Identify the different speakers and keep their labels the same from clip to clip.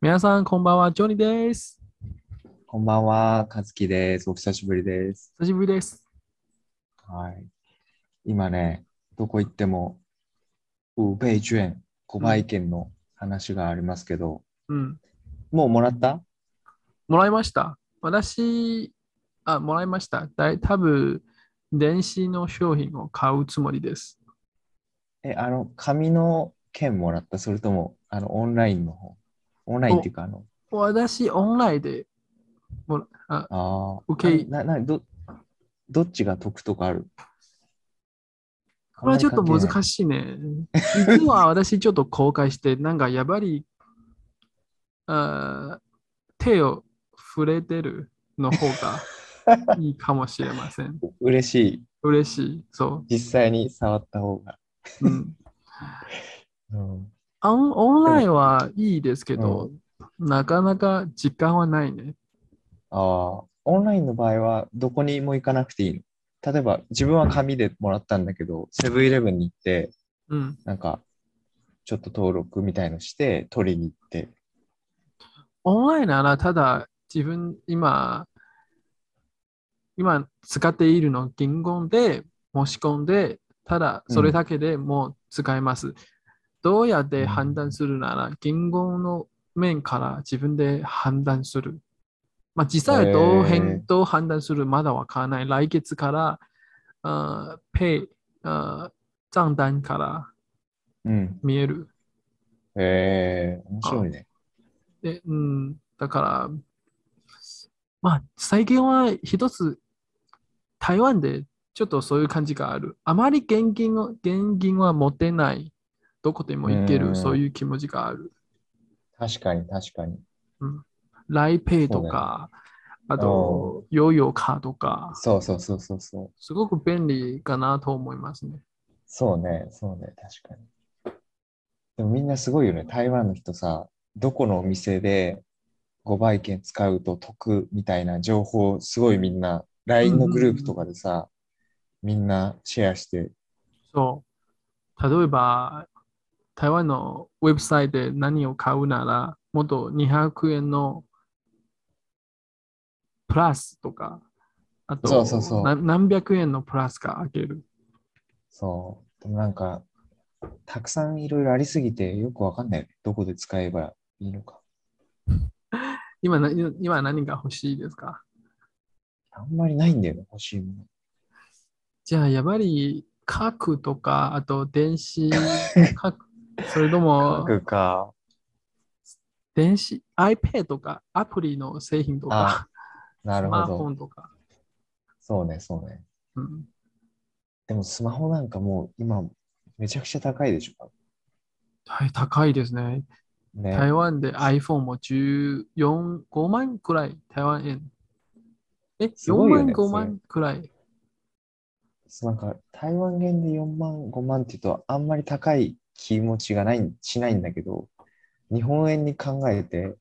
Speaker 1: 皆さん、こんばんは、ジョニーです。
Speaker 2: こんばんは、かずきです。お久しぶりです。
Speaker 1: 久しぶりです。
Speaker 2: はい。今ね、どこ行っても、ウベイジュエン、コバイ券の話がありますけど、
Speaker 1: うん。
Speaker 2: もうもらった
Speaker 1: もらいました。私、あ、もらいました。だい多分電子の商品を買うつもりです。
Speaker 2: え、あの、紙の券もらったそれとも、あの、オンラインの方オンラインっていうか、あの、
Speaker 1: 私、オンラインでもらあ
Speaker 2: ああ、
Speaker 1: 受け
Speaker 2: な、な、ど、どっちが得とかある
Speaker 1: これはちょっと難
Speaker 2: い。
Speaker 1: しいね。実は私ちょっと後悔して、なんかやっぱり、あー手を触れてるの方がいいかもしれません。
Speaker 2: 嬉しい。
Speaker 1: 嬉しい。そ
Speaker 2: 実際に触った方が。
Speaker 1: う。うん、
Speaker 2: うん。
Speaker 1: あんオンラインはいいですけど、なかなか時間はないね。
Speaker 2: ああ、オンラインの場合はどこにも行かなくていいの。例えば自分は紙でもらったんだけど、セブンイレブンに行って、
Speaker 1: うん。
Speaker 2: なんかちょっと登録みたいのして取りに行って。
Speaker 1: オンラインなら、ただ自分今、今使っているの銀行で申し込んで、ただそれだけでもう使えます。どうやって判断するなら、銀行の面から自分で判断する。まあ、実際どう
Speaker 2: へ
Speaker 1: 変、
Speaker 2: ー
Speaker 1: どう判断するまだわからない。来月から、あーペイ、あー账単から
Speaker 2: うん。
Speaker 1: 見える。
Speaker 2: へえ、面白いね。
Speaker 1: で、うん、だから、まあ、最近は一つ、台湾でちょっとそういう感じがある。あまり現金を、現金は持てない。どこでも行け
Speaker 2: う
Speaker 1: る、
Speaker 2: ん
Speaker 1: そういう気持ちがある。
Speaker 2: 確かに、確かに。
Speaker 1: ライペイとか、あと、ヨーヨーカーとか、
Speaker 2: そうそうそうそうそう。
Speaker 1: すごく便利かなと思いますね。
Speaker 2: そうね、そうね、確かに。でもみんなすごいよね。台湾の人さ、どこのお店で5倍券使うと得みたいな情報、すごいみんな、LINE のグループとかでさ、みんなシェアして、
Speaker 1: そう。例えば、台湾のウェブサイトで何を買うなら、もっと200円のプラスとか、あと
Speaker 2: そうそうそう
Speaker 1: な何百円のプラスがあげる。
Speaker 2: そう。でもなんか、たくさんいろいろありすぎてよくわかんないよね。どこで使えばいいのか。
Speaker 1: 今な今何が欲しいですか
Speaker 2: あんまりないんだよね、欲しいもの。
Speaker 1: じゃあ、やっぱり核とか、あと電 子核、それとも
Speaker 2: 書くか。
Speaker 1: 電子 iPad とかアプリの製品とか、
Speaker 2: な
Speaker 1: ス
Speaker 2: る
Speaker 1: マー
Speaker 2: ほ
Speaker 1: フォ
Speaker 2: ど。
Speaker 1: ンとか。
Speaker 2: そうね、そうね。
Speaker 1: うん
Speaker 2: でもスマホなんかもう今、めちゃくちゃ高いでしょ。
Speaker 1: はい、高いですね。
Speaker 2: ね。
Speaker 1: 台湾で iPhone も14、5万くらい、台湾円。え、
Speaker 2: す
Speaker 1: 4
Speaker 2: ごいよ
Speaker 1: 万、
Speaker 2: ね
Speaker 1: 5
Speaker 2: そ
Speaker 1: 万くらい。
Speaker 2: そうなんか台湾元で4万、5万っていうとあんまり高い気持ちがない、しないんだけど、日本円に考えて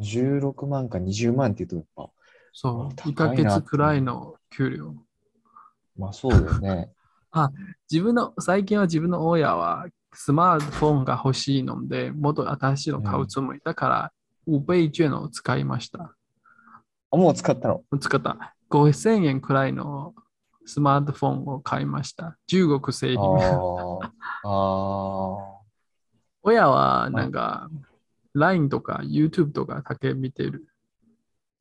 Speaker 2: 16万か20万っていうとやっぱ、
Speaker 1: そう、
Speaker 2: 高い
Speaker 1: 1ヶ月くらいの給料。
Speaker 2: まあそうだよね。
Speaker 1: 自分の、最近は自分の親はスマートフォンが欲しいので、もっと新しいの買うつもり。だから、五倍券を使いました。
Speaker 2: あ、もう使ったの。
Speaker 1: 使った。5000円くらいのスマートフォンを買いました。中国製品。
Speaker 2: あー あ
Speaker 1: 親はなんか、LINE とか YouTube とかだけ見てる。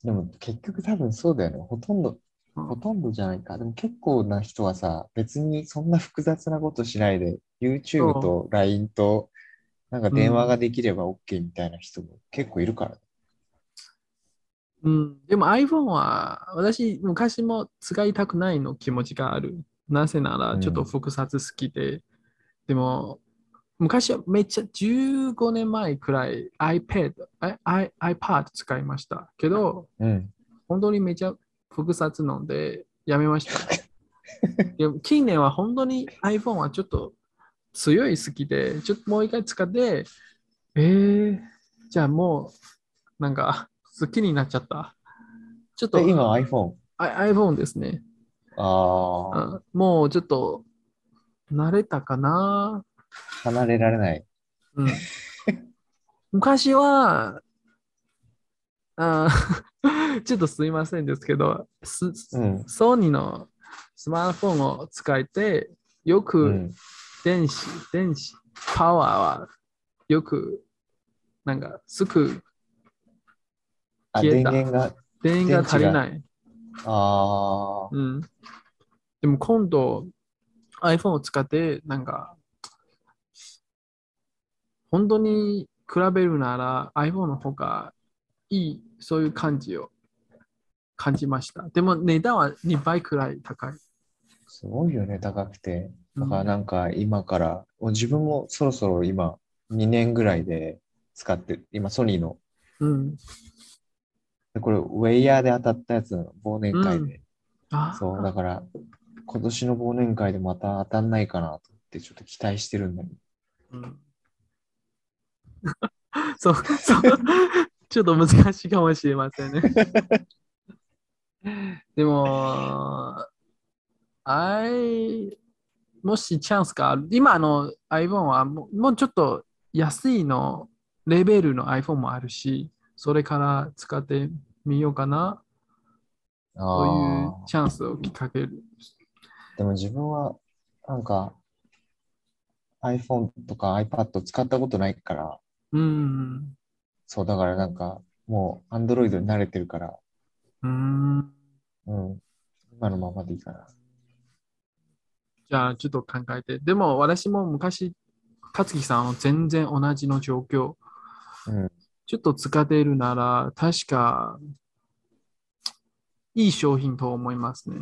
Speaker 2: ー。でも結局多分そうだよね。ほとんど、
Speaker 1: うん
Speaker 2: ほとんどじゃないか。でも結構な人はさ、別にそんな複雑なことしないで、YouTube と LINE と、なんか電話ができれば OK みたいな人も結構いるからね。
Speaker 1: うん、でも iPhone は私昔も使いたくないの気持ちがある。なぜなら
Speaker 2: うん
Speaker 1: ちょっと複雑好きで、でも昔はめっちゃ15年前くらい iPad、あ i、iPad 使いましたけど、
Speaker 2: うん。
Speaker 1: 本当にめちゃ複雑なのでやめました。でも近年は本当に iPhone はちょっと強い好きで、ちょっともう一回使って、えー、じゃあもうなんか好きになっちゃった。ちょっと
Speaker 2: で、今 iPhone。
Speaker 1: I- iPhone ですね、
Speaker 2: ああ。
Speaker 1: うんもうちょっと慣れたかな。
Speaker 2: 離れられない。
Speaker 1: うん昔はあ ーちょっとすいませんですけど、す
Speaker 2: うん。
Speaker 1: ソニーのスマートフォンを使って、よ
Speaker 2: う
Speaker 1: く
Speaker 2: ん。
Speaker 1: 電子、電子、パワーはよく、なんか、すぐ
Speaker 2: あ、
Speaker 1: 消
Speaker 2: 電
Speaker 1: えた
Speaker 2: 源が、
Speaker 1: 電源が足りない。
Speaker 2: あー
Speaker 1: うん。でも今度、iPhone を使って、なんか、本当に比べるなら iPhone の方がいい、そういう感じを感じました。でも値段は2倍くらい高い。
Speaker 2: すごいよね、高くて。だから
Speaker 1: うん
Speaker 2: なんか今から、もう自分もそろそろ今、2年ぐらいで使って、今ソニーの、
Speaker 1: うん。
Speaker 2: でこれウェイヤーで当たったやつの忘年会で、
Speaker 1: あ
Speaker 2: そう、だから今年の忘年会でまた当たんないかなと思ってちょっと期待してるんだけど、
Speaker 1: うん、そう、そう、 ちょっと難しいかもしれませんね。でも、あい、もしチャンスがある、今の iPhone はもうもうちょっと安いの、レベルの iPhone もあるし、それから使ってみようかな、そういう
Speaker 2: ああ、
Speaker 1: チャンスをきっかける。
Speaker 2: でも自分はなんか iPhone とか iPad 使ったことないから、
Speaker 1: うん。
Speaker 2: そう、だからなんかもう Android に慣れてるから、
Speaker 1: うん
Speaker 2: うん、今のままでいいかな。
Speaker 1: じゃあ、ちょっと考えて。でも、私も昔、勝木さんの全然同じの状況。
Speaker 2: うん
Speaker 1: ちょっと使っているなら、確か、いい商品と思いますね。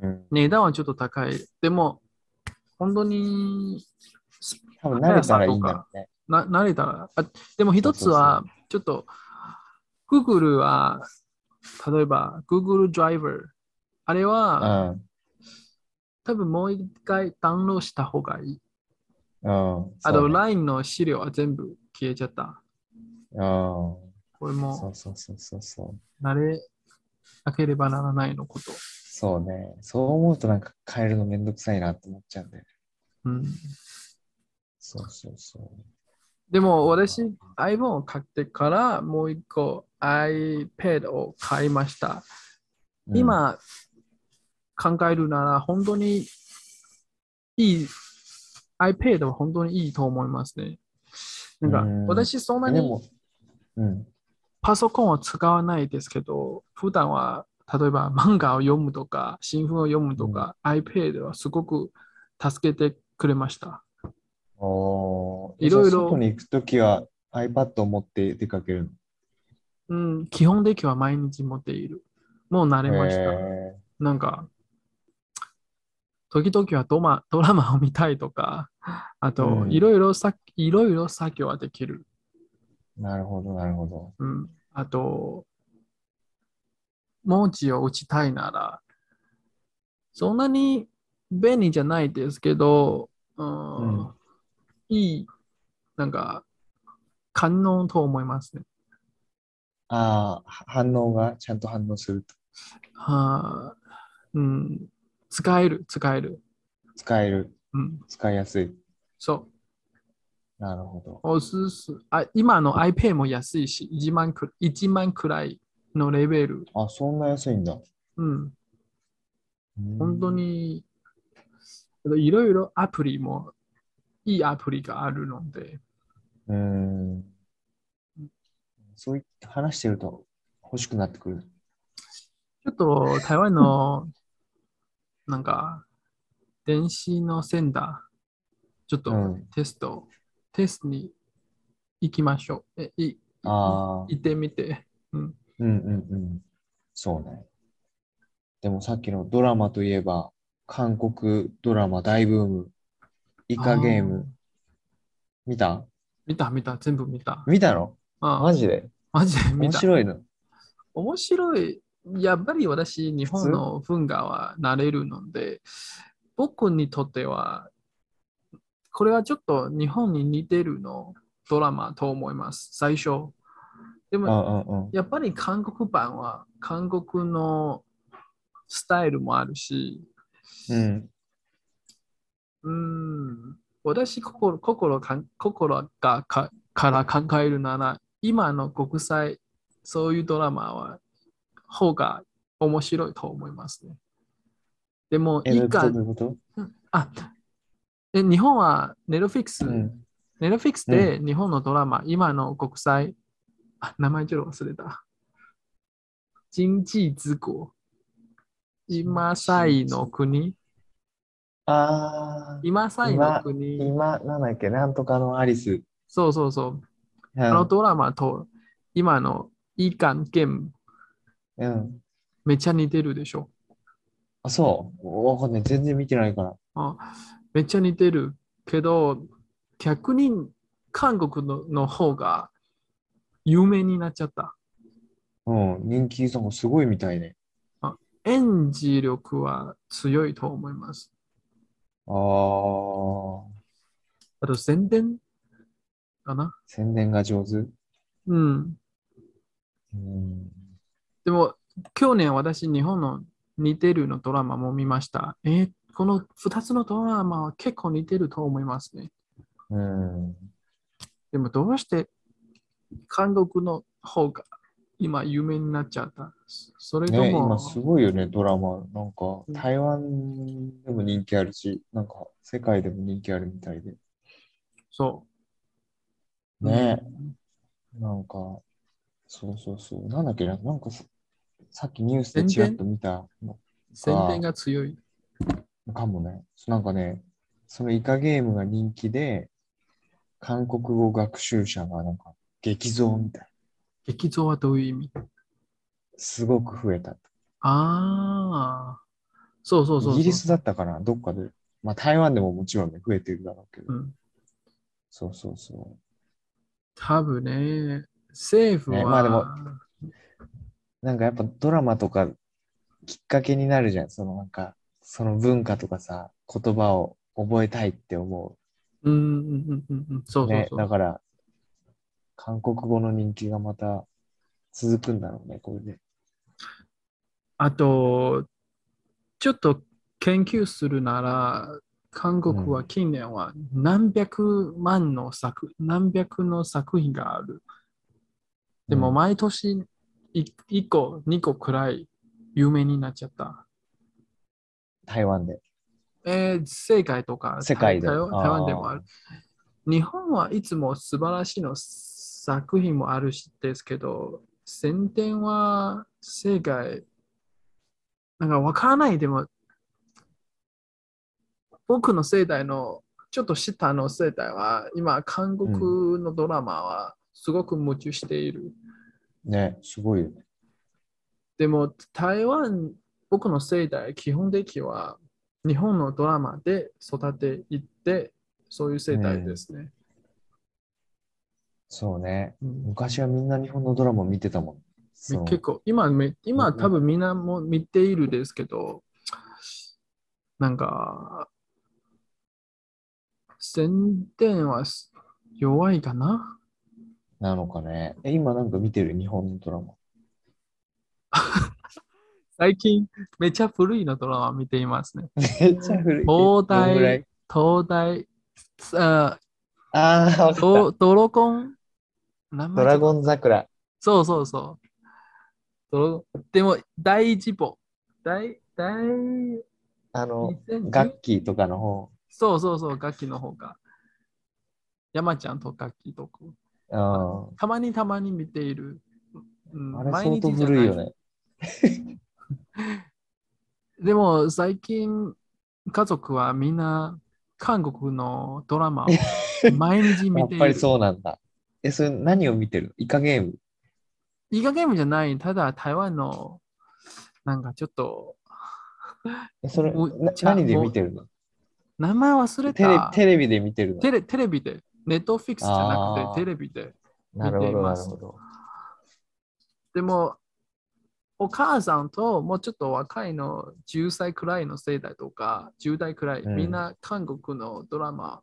Speaker 2: うん
Speaker 1: 値段はちょっと高い。でも、本当に
Speaker 2: 多分慣れたらいいんだろうね。
Speaker 1: な慣れたら。あでも一つは、ちょっと、Google は、例えば Google ドライバー。あれ
Speaker 2: う
Speaker 1: は、
Speaker 2: ん。
Speaker 1: 多分もう一回ダウンロードした方がいい。
Speaker 2: うん。
Speaker 1: あと、
Speaker 2: そうね
Speaker 1: LINE の資料は全部消えちゃった。
Speaker 2: うん。
Speaker 1: これ
Speaker 2: そ
Speaker 1: も
Speaker 2: うそうそうそうそう。
Speaker 1: 慣れなければならないのこと。
Speaker 2: そうね。そう思うとなんか変えるのめんどくさいなって思っちゃうんだよね。
Speaker 1: うん、
Speaker 2: そうそうそ
Speaker 1: でも私、iPhone を買ってからもう一個 iPad を買いました。
Speaker 2: う。うん、
Speaker 1: 今、考えるなら本当にいい iPad は本当にいいと思いますね。なんか
Speaker 2: うん
Speaker 1: 私そんな
Speaker 2: で
Speaker 1: に
Speaker 2: も、うん。
Speaker 1: パソコンは使わないですけど、普段は例えば漫画を読むとか、新聞を読むとか、iPad はすごく助けてくれました。
Speaker 2: おー
Speaker 1: いろいろ
Speaker 2: 外に行くときは iPad を持って出かける
Speaker 1: うん、基本的には毎日持っている。もう慣れ
Speaker 2: の。
Speaker 1: ました。
Speaker 2: へ
Speaker 1: なんか、時々はドマドラマを見たいとか、あと、
Speaker 2: うん
Speaker 1: いろいろさいろいろ作業はできる。
Speaker 2: ーなるほど、なるほど。
Speaker 1: うん、あと、文字を打ちたいなら、そんなに便利じゃないですけど、うん
Speaker 2: うん
Speaker 1: いい、なんか、感能と思いますね。
Speaker 2: ああ、反応がちゃんと反応すると。
Speaker 1: はあうん、使える、使える。
Speaker 2: 使える、
Speaker 1: うん、
Speaker 2: 使いやすい。
Speaker 1: そう。
Speaker 2: なるほど。
Speaker 1: おすすあ今の iPad も安いし、1万く1万くらいのレベル。
Speaker 2: あ、そんな安いんだ。
Speaker 1: うん、
Speaker 2: うん
Speaker 1: 本当。に、いろいろアプリも、いいアプリがあるので、
Speaker 2: うん。そう言って話してると欲しくなってくる。
Speaker 1: ちょっと台湾 の、なんか、電子のセンター、ちょっと
Speaker 2: うん
Speaker 1: テスト、テストに行きましょう。えい
Speaker 2: ああ、
Speaker 1: 行ってみて。うん、
Speaker 2: うんうんうん。そうね。でもさっきのドラマといえば、韓国ドラマ大ブーム。イカゲーム。見た
Speaker 1: 見た見た、全部見た。
Speaker 2: 見たの
Speaker 1: あ
Speaker 2: マジで
Speaker 1: マジで見
Speaker 2: 面
Speaker 1: た。
Speaker 2: 白いの。
Speaker 1: 面白い。やっぱり私、日本の文化は慣れるので、僕にとっては、これはちょっと日本に似てるのドラマと思います、最初。で
Speaker 2: う
Speaker 1: も、
Speaker 2: んうんうん。
Speaker 1: やっぱり韓国版は韓国のスタイルもあるし、
Speaker 2: うん。
Speaker 1: うん、私心心かん心がかから考えるなら、今の国際そういうドラマは、方が面白いと思いますね。でも、
Speaker 2: え、
Speaker 1: い
Speaker 2: どうい
Speaker 1: いう
Speaker 2: こと
Speaker 1: か
Speaker 2: どう、いうこと
Speaker 1: あ、え日本はネロフィックス、
Speaker 2: うん。
Speaker 1: ネロフィックスで日本のドラマ、今の国際、あ、名前ちょっと忘れた。人事図工。今さいの国。
Speaker 2: ああ、
Speaker 1: 今さいの国。
Speaker 2: 今、なんだっけ、なんとかのアリス。
Speaker 1: そうそうそう。
Speaker 2: うん
Speaker 1: あのドラマと今のいい関係
Speaker 2: うん。
Speaker 1: めっちゃ似てるでしょ。
Speaker 2: あ、そう。わかんない。全然見てないから。
Speaker 1: あめっちゃ似てるけど、逆に韓国のの方が有名になっちゃった。
Speaker 2: うん。人気さんがすごいみたいね。
Speaker 1: 演技力は強いと思います。
Speaker 2: ああ、
Speaker 1: あと宣伝かな
Speaker 2: 宣伝が上手。
Speaker 1: うん。
Speaker 2: うん。
Speaker 1: でも、去年私、日本の似てるのドラマも見ました。えーこの2つのドラマは結構似てると思いますね。
Speaker 2: うん。
Speaker 1: でも、どうして韓国の方が今有名になっちゃったそれと
Speaker 2: ね、
Speaker 1: も、
Speaker 2: 今すごいよね、ドラマ。なんか
Speaker 1: う、ん
Speaker 2: 台湾でも人気あるし、なんか、世界でも人気あるみたいで。
Speaker 1: そう。
Speaker 2: ね
Speaker 1: うん
Speaker 2: なんか、そうそうそう。なんだっけな、なんかさ、さっきニュースでちらっと見たの
Speaker 1: 宣伝が強い。
Speaker 2: かもね。なんかね、そのイカゲームが人気で、韓国語学習者がなんか、激増みたいな。
Speaker 1: 激増はどういう意味
Speaker 2: すごく増えた。
Speaker 1: ああ。そうそうそうそう。
Speaker 2: イギリスだったかな、どっかで。まあ、台湾でももちろんね、増えてるだろうけど。
Speaker 1: うん
Speaker 2: そうそうそ
Speaker 1: 多分ね、政府は、
Speaker 2: ねまあでもう。なんかやっぱドラマとかきっかけになるじゃん。そのなんか、その文化とかさ、言葉を覚えたいって思。
Speaker 1: うんうんうんうんうん、そううそう
Speaker 2: ね、
Speaker 1: そう。
Speaker 2: だから、韓国語の人気がまた続くんだろうね、これで。
Speaker 1: あと、ちょっと研究するなら、韓国は近年は何百万の作、何百の作品がある。でも
Speaker 2: ま
Speaker 1: 毎年1個、2個くらい有名になっちゃった。
Speaker 2: 台湾で。
Speaker 1: えー世界とか
Speaker 2: 世界で
Speaker 1: 台台
Speaker 2: あー
Speaker 1: 台湾でもある。日本はいつも素晴らしいの作品もあるしですけど、宣伝は世界、なんかわからないでも、僕の世代の、ちょっと下の世代は、今、韓国のドラマはすごく夢中している。
Speaker 2: ね、すごいよね。
Speaker 1: でも台湾、僕の世代、基本的には日本のドラマで育ていって、そういう世代ですね。
Speaker 2: そうね。
Speaker 1: うん
Speaker 2: 昔はみんな日本のドラマ見てたもん。そう
Speaker 1: 結構今め、今
Speaker 2: うん
Speaker 1: 多分みんなも見ているですけど、なんか、宣伝はす弱いかな
Speaker 2: なのかね。え、今なんか見てる日本の ドラマ。
Speaker 1: 最近、めちゃ古いのドラマ見ていますね。
Speaker 2: めっちゃ古
Speaker 1: 東
Speaker 2: い。どんぐらい
Speaker 1: 大、東大、あ
Speaker 2: ああ、わ かった。
Speaker 1: ドドラゴン、名
Speaker 2: ド
Speaker 1: 前
Speaker 2: ラゴン桜。
Speaker 1: そうそうそう。ドラでも、第一歩。第、第、
Speaker 2: あの、
Speaker 1: 2010
Speaker 2: 楽器とかの方。
Speaker 1: そうそうそう、楽器の方が。山ちゃんと楽器とか。
Speaker 2: うん
Speaker 1: たまにたまに見ている。うん
Speaker 2: あれ相当古いよ。ね。
Speaker 1: でも、最近、家族はみんな、韓国のドラマ を毎日
Speaker 2: や
Speaker 1: 見
Speaker 2: って
Speaker 1: い
Speaker 2: ぱり
Speaker 1: る。
Speaker 2: そうなんだ。え、それ何を見てるのイカゲーム。
Speaker 1: イカゲームじゃない、ただ台湾の、なんかちょっと、
Speaker 2: えそれ、
Speaker 1: お
Speaker 2: な
Speaker 1: じゃあ
Speaker 2: 何で見てるの
Speaker 1: 名前忘れ
Speaker 2: テレ
Speaker 1: た。
Speaker 2: テレビで見てるの
Speaker 1: テレテレビで、ネットフィックスじゃな
Speaker 2: あー
Speaker 1: くてテレビで。
Speaker 2: なるほ
Speaker 1: 見て
Speaker 2: ど、
Speaker 1: い
Speaker 2: な
Speaker 1: ま
Speaker 2: る
Speaker 1: す
Speaker 2: ほど。
Speaker 1: でも、お母さんともうちょっと若いの、10歳くらいの世代とか、10代くらい、
Speaker 2: うん
Speaker 1: みんな韓国のドラマ、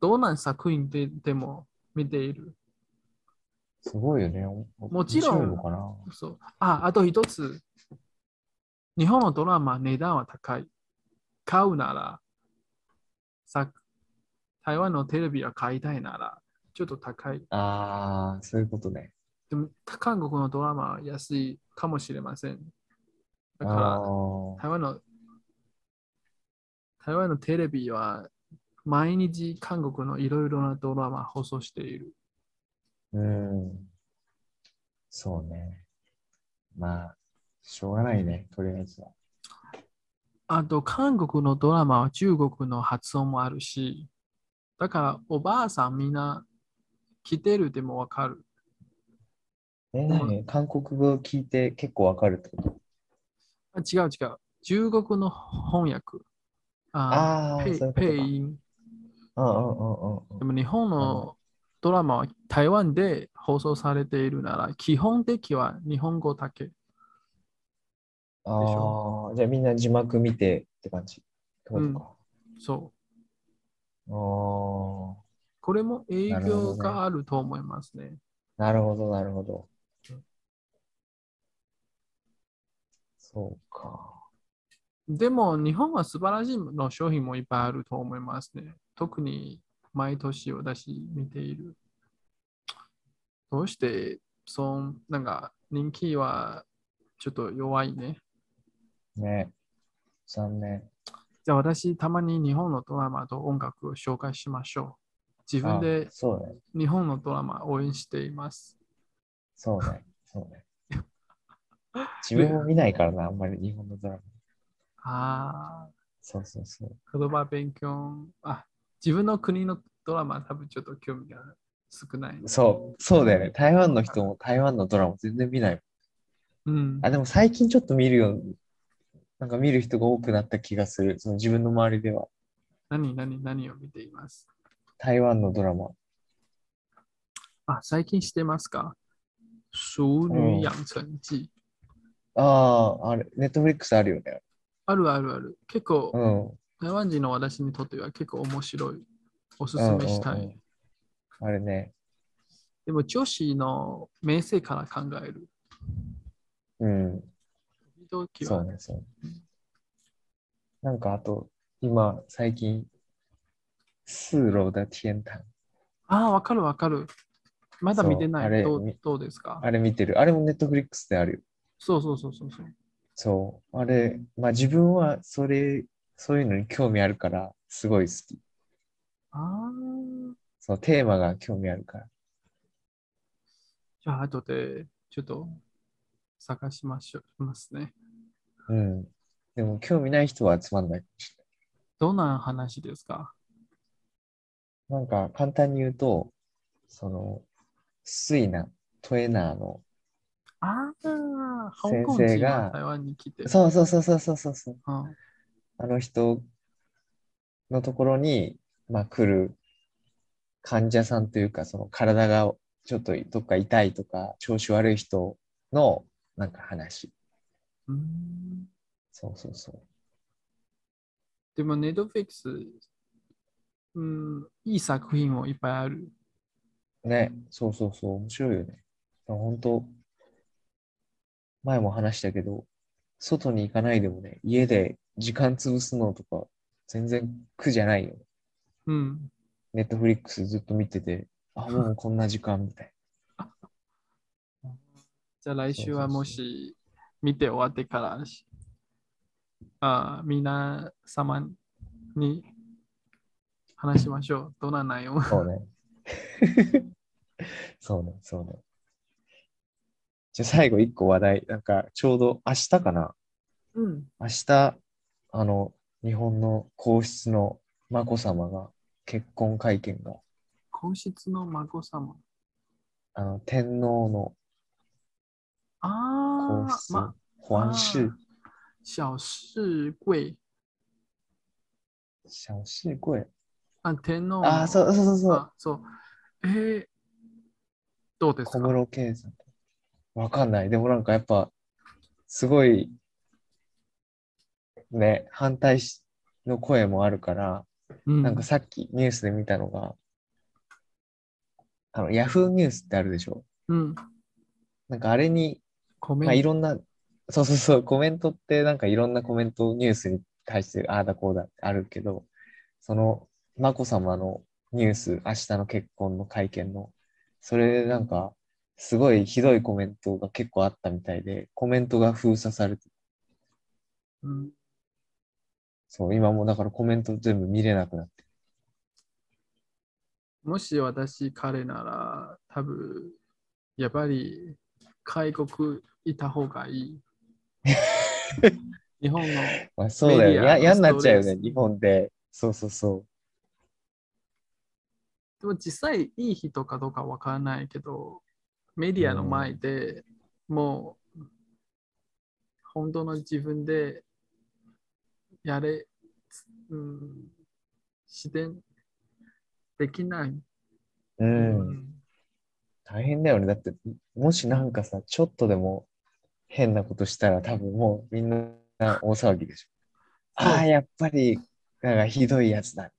Speaker 1: どんな作品ででも見ている。
Speaker 2: すごいよね。
Speaker 1: もちろん
Speaker 2: 面白いのかな
Speaker 1: そうあ、あと一つ。日本のドラマ、値段は高い。買うなら、さ台湾のテレビは買いたいなら、ちょっと高い。
Speaker 2: ああ、そういうことね。
Speaker 1: でも、韓国のドラマは安いかもしれません。だ
Speaker 2: あ
Speaker 1: か
Speaker 2: ー
Speaker 1: ら、台湾の、台湾のテレビは、毎日韓国のいろいろなドラマ放送している。
Speaker 2: うん。そうね。まあ、しょうがないね、とりあえずは。
Speaker 1: あと、韓国のドラマは中国の発音もあるし、だから、おばあさんみんな来てるでもわかる。
Speaker 2: え、何韓国語を聞いて結構わかるってこと
Speaker 1: あ違う違う。中国の翻訳。あ
Speaker 2: ああ、
Speaker 1: ペイ
Speaker 2: そういうこと
Speaker 1: ペイ
Speaker 2: か。
Speaker 1: ン。
Speaker 2: うんうんうんうん
Speaker 1: でも日本のドラマは台湾で放送されているなら、基本的は日本語だけ。
Speaker 2: うん。ああ、じゃあみんな字幕見てって感じ。ってこと
Speaker 1: うん
Speaker 2: か。
Speaker 1: そう。
Speaker 2: あ
Speaker 1: これも影
Speaker 2: なるほど
Speaker 1: 響
Speaker 2: ね
Speaker 1: があると思いますね。
Speaker 2: あ、なるほど、なるほど。そうか。
Speaker 1: でも日本は素晴らしいの商品もいっぱいあると思いますね。特に毎年私見ている。どうして、そんなんか人気はちょっと弱いね。
Speaker 2: ね。残念。
Speaker 1: じゃあ私、たまに日本のドラマと音楽を紹介しましょう。自分
Speaker 2: あ
Speaker 1: で
Speaker 2: そうね。
Speaker 1: 日本のドラマ応援しています。
Speaker 2: そうね。そうね。 自分も見ないからな、あんまり日本のドラマ。
Speaker 1: あ
Speaker 2: そうそうそう。
Speaker 1: あ、言葉勉強。あ、自分の国のドラマ多分ちょっと興味が少ない。
Speaker 2: そう、そうだよね。台湾の人も台湾のドラマ全然見ない。
Speaker 1: うん。
Speaker 2: あ、でも最近ちょっと見るよう、なんか見る人が多くなった気がする。その自分の周りでは。
Speaker 1: 何、何、何を見ています
Speaker 2: 台湾のドラマ。
Speaker 1: あ、最近してますか熟女養成記。
Speaker 2: ああ、あれ、ネットフリックスあるよね。
Speaker 1: あるあるある。結
Speaker 2: う
Speaker 1: 構、
Speaker 2: ん。
Speaker 1: 台湾人の私にとっては結構面白い。おすすめした
Speaker 2: うんうんう
Speaker 1: い
Speaker 2: ん。あれね。
Speaker 1: でも女子の名声から考える。
Speaker 2: うん。
Speaker 1: 時々
Speaker 2: そう
Speaker 1: は
Speaker 2: ね、そうね。なんかあと、今、最近、スーローだ天堂。
Speaker 1: ああ、わかるわかる。まだ見てな
Speaker 2: そうあ
Speaker 1: い。
Speaker 2: れ
Speaker 1: どう
Speaker 2: み
Speaker 1: どうですか
Speaker 2: あれ見てる。あれもネットフリックスであるよ。
Speaker 1: そうそうそうそうそう。
Speaker 2: そう。あれ、まあ自分はそれ、そういうのに興味あるから、すごい好き。
Speaker 1: ああ。
Speaker 2: そのテーマが興味あるから。
Speaker 1: じゃあ、後でちょっと探しましょう。ますね。
Speaker 2: うん。でも興味ない人はつまんないかもしれ
Speaker 1: どんな話ですか
Speaker 2: ない。なんか簡単に言うと、その、水な、トエナーの、
Speaker 1: ああ、香
Speaker 2: 先
Speaker 1: 港
Speaker 2: 生
Speaker 1: 人
Speaker 2: が
Speaker 1: が台湾に来て。
Speaker 2: そうそうそうそうそうそうそう、
Speaker 1: うん
Speaker 2: あの人のところに、まあ、来る患者さんというか、その体がちょっとどっか痛いとか、調子悪い人の、なんか話。
Speaker 1: うーん
Speaker 2: そうそうそう。
Speaker 1: でも、ネットフィックス、うん、いい作品もいっぱいある。
Speaker 2: ね、そうそうそう、面白いよね。本当、前も話したけど、外に行かないでもね、家で時間潰すのとか、全然苦じゃないよ。
Speaker 1: うん。
Speaker 2: ネットフリックスずっと見てて、あ、もうこんな時間みたい
Speaker 1: じゃあ来週は
Speaker 2: そ
Speaker 1: も
Speaker 2: うそうそ
Speaker 1: し見て終わってからし、あー皆様に話しましょう。どんな内容
Speaker 2: な。そ うね。そうね、そうね。じゃあ最後一個話題、なんかちょうど明日かな
Speaker 1: うん。
Speaker 2: 明日、あの、日本の皇室の眞子さまが結婚会見が
Speaker 1: 皇室の孫様。
Speaker 2: あの天皇の
Speaker 1: あ
Speaker 2: 皇
Speaker 1: あ、
Speaker 2: 室、
Speaker 1: ま、
Speaker 2: 皇室
Speaker 1: あ、小士贵。
Speaker 2: 小室贵。
Speaker 1: あ、天皇の。
Speaker 2: ああ、そうそうそうそう。
Speaker 1: あそう。えー、どうです
Speaker 2: 小
Speaker 1: か
Speaker 2: 室圭さん。わかんない。でもなんかやっぱ、すごい、ね、反対しの声もあるから、
Speaker 1: うん
Speaker 2: なんかさっきニュースで見たのが、あの、ヤフーニュースってあるでしょ。
Speaker 1: うん。
Speaker 2: なんかあれに、
Speaker 1: コメン
Speaker 2: まあ
Speaker 1: ト。
Speaker 2: いろんな、そうそうそう、コメントってなんかいろんなコメントニュースに対してああだこうだってあるけど、その、眞子さまのニュース、明日の結婚の会見の、それでなんか、すごいひどいコメントが結構あったみたいで、コメントが封鎖されて、
Speaker 1: うん、
Speaker 2: そう、今もうだからコメント全部見れなくなって。
Speaker 1: もし私、彼なら、多分、やっぱり、外国いた方がい い。日本の、
Speaker 2: まあ、そうだ
Speaker 1: メディ
Speaker 2: よね。
Speaker 1: ア
Speaker 2: や嫌になっちゃうよ
Speaker 1: ストレ
Speaker 2: ね、
Speaker 1: ス
Speaker 2: 日本で。そうそうそう。
Speaker 1: でも実際いい人かどうかわからないけど、メディアの前でもう、本当の自分でやれ、うん、自然できない。
Speaker 2: う。
Speaker 1: うん
Speaker 2: 大変だよね。だって、もしなんかさ、ちょっとでも変なことしたら、多分もうみんな大騒ぎでしょ。
Speaker 1: そう
Speaker 2: ああ、やっぱり、なんかひどいやつだ。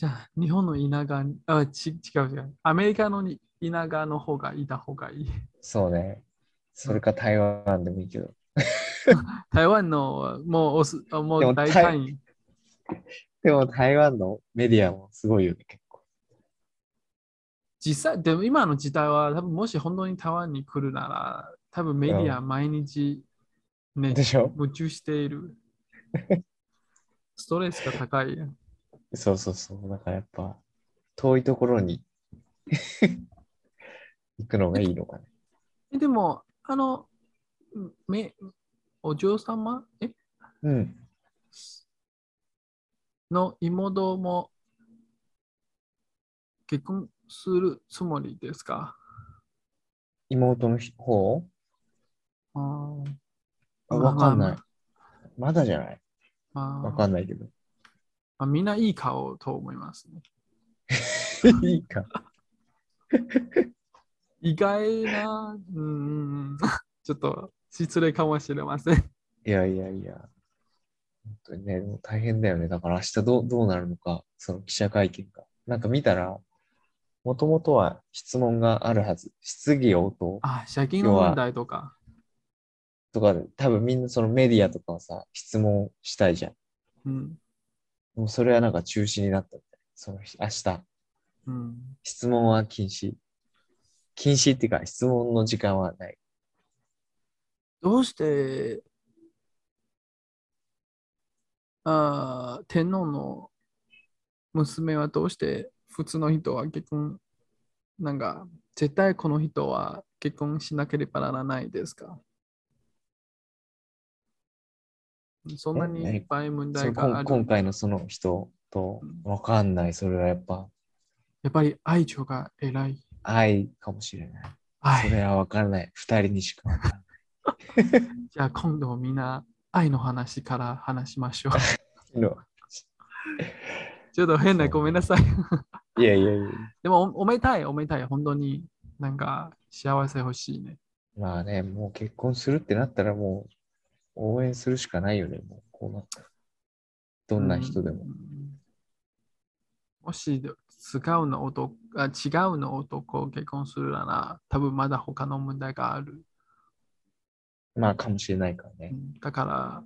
Speaker 1: じゃあ、日本の田舎に、あ、ち違う違う。アメリカのに田舎の方がいた方がいい。
Speaker 2: そうね。それか台湾でもいいけど。
Speaker 1: 台湾のもうおすあも
Speaker 2: で
Speaker 1: う
Speaker 2: も
Speaker 1: 大
Speaker 2: 台
Speaker 1: 単位。
Speaker 2: でも台湾のメディアもすごいよね、結構。
Speaker 1: 実際、でも今の時代は、多分もし本当に台湾に来るなら、多分メディア毎日、ね、
Speaker 2: でしょ
Speaker 1: 夢中してい る。ストレスが高い。
Speaker 2: そうそうそう。だからやっぱ、遠いところに 行くのがいいのかね。
Speaker 1: えでも、あの、めお嬢様え
Speaker 2: うん。
Speaker 1: の妹も結婚するつもりですか
Speaker 2: 妹の方
Speaker 1: あーま
Speaker 2: あ
Speaker 1: あ
Speaker 2: わかん
Speaker 1: ま
Speaker 2: な
Speaker 1: あ
Speaker 2: い。まだじゃない
Speaker 1: まあ
Speaker 2: わかんないけど。
Speaker 1: まあみんないい顔と思いますね。
Speaker 2: いいか。
Speaker 1: 意外な、うんうんうん、 ちょっと失礼かもしれません。
Speaker 2: いやいやいや。本当にね、でも大変だよね。だから明日どうどうなるのか、その記者会見が。なんか見たら、もともとは質問があるはず。質疑応答
Speaker 1: あ、借金の問題とか。
Speaker 2: とかで、多分みんなそのメディアとかはさ、質問したいじゃん。
Speaker 1: うん。
Speaker 2: でもそれはなんか中止になったみたい。その日明日、
Speaker 1: うん。
Speaker 2: 質問は禁止。禁止っていうか、質問の時間はない。
Speaker 1: どうして、あー天皇の娘はどうして普通の人は結婚、なんか絶対この人は結婚しなければならないですかそんなに
Speaker 2: え
Speaker 1: いっぱい問
Speaker 2: そ
Speaker 1: 題
Speaker 2: の
Speaker 1: がある
Speaker 2: 今今回のその人とわかんない。それはやっぱ
Speaker 1: やっぱり愛情が偉い。
Speaker 2: 愛かもしれない。
Speaker 1: 愛
Speaker 2: それはわからない。二人にしかわからない。
Speaker 1: じゃあ今度みんな愛の話から話しましょう。
Speaker 2: の
Speaker 1: ちょっと変なごめんなさい。
Speaker 2: いやいやいや。
Speaker 1: でもおおめたいおめたい本当になんか幸せ欲しいね。
Speaker 2: まあね、もう結婚するってなったらもう応援するしかないよね。もうこうなったら。どんな人でも。
Speaker 1: うん。もし使うの男あ違うの男を結婚するなら多分まだ他の問題がある。
Speaker 2: まあかもしれないから
Speaker 1: う
Speaker 2: ね。
Speaker 1: んだから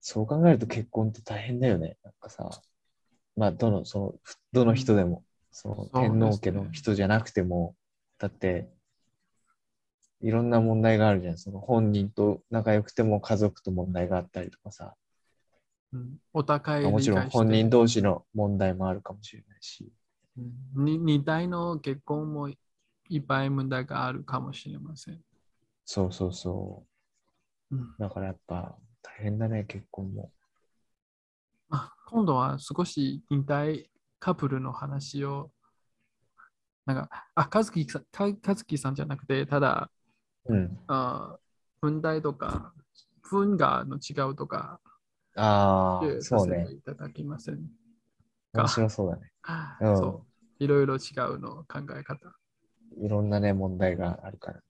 Speaker 2: そう考えると結婚って大変だよね。なんかさ、まあどの、その、ふどの人でも、その
Speaker 1: そうです
Speaker 2: 天
Speaker 1: ね
Speaker 2: 皇家の人じゃなくても、だって、いろんな問題があるじゃん。その本人と仲良くても家族と問題があったりとかさ、
Speaker 1: うんお互い理
Speaker 2: も
Speaker 1: 解し
Speaker 2: ち
Speaker 1: て
Speaker 2: ろん本人同士の問題もあるかもしれないし、
Speaker 1: うんに二代の結婚もいっぱい問題があるかもしれません。
Speaker 2: そうそうそ
Speaker 1: うん
Speaker 2: う。だからやっぱ大変だね、結婚も。
Speaker 1: あ今度は少し引退カップルの話を、なんか、あ、和樹さんか和樹さんじゃなくて、ただ、
Speaker 2: うん。
Speaker 1: あ問題とか、文化の違うとか、
Speaker 2: ああ、
Speaker 1: さ
Speaker 2: そう
Speaker 1: せ
Speaker 2: ね
Speaker 1: て。いただきませんか
Speaker 2: 面白そうだね。うん
Speaker 1: そう、いろいろ違うの考え方。
Speaker 2: いろんなね、問題があるから。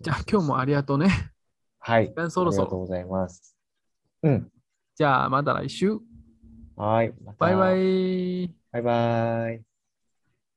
Speaker 1: じゃあ、今日も
Speaker 2: あ
Speaker 1: ありがとうね。
Speaker 2: はい。
Speaker 1: そろそ
Speaker 2: ありがとう
Speaker 1: ろ。
Speaker 2: ございます。うん。
Speaker 1: じゃあ、また来週。
Speaker 2: はい。また
Speaker 1: バイバイ。
Speaker 2: バイバイ。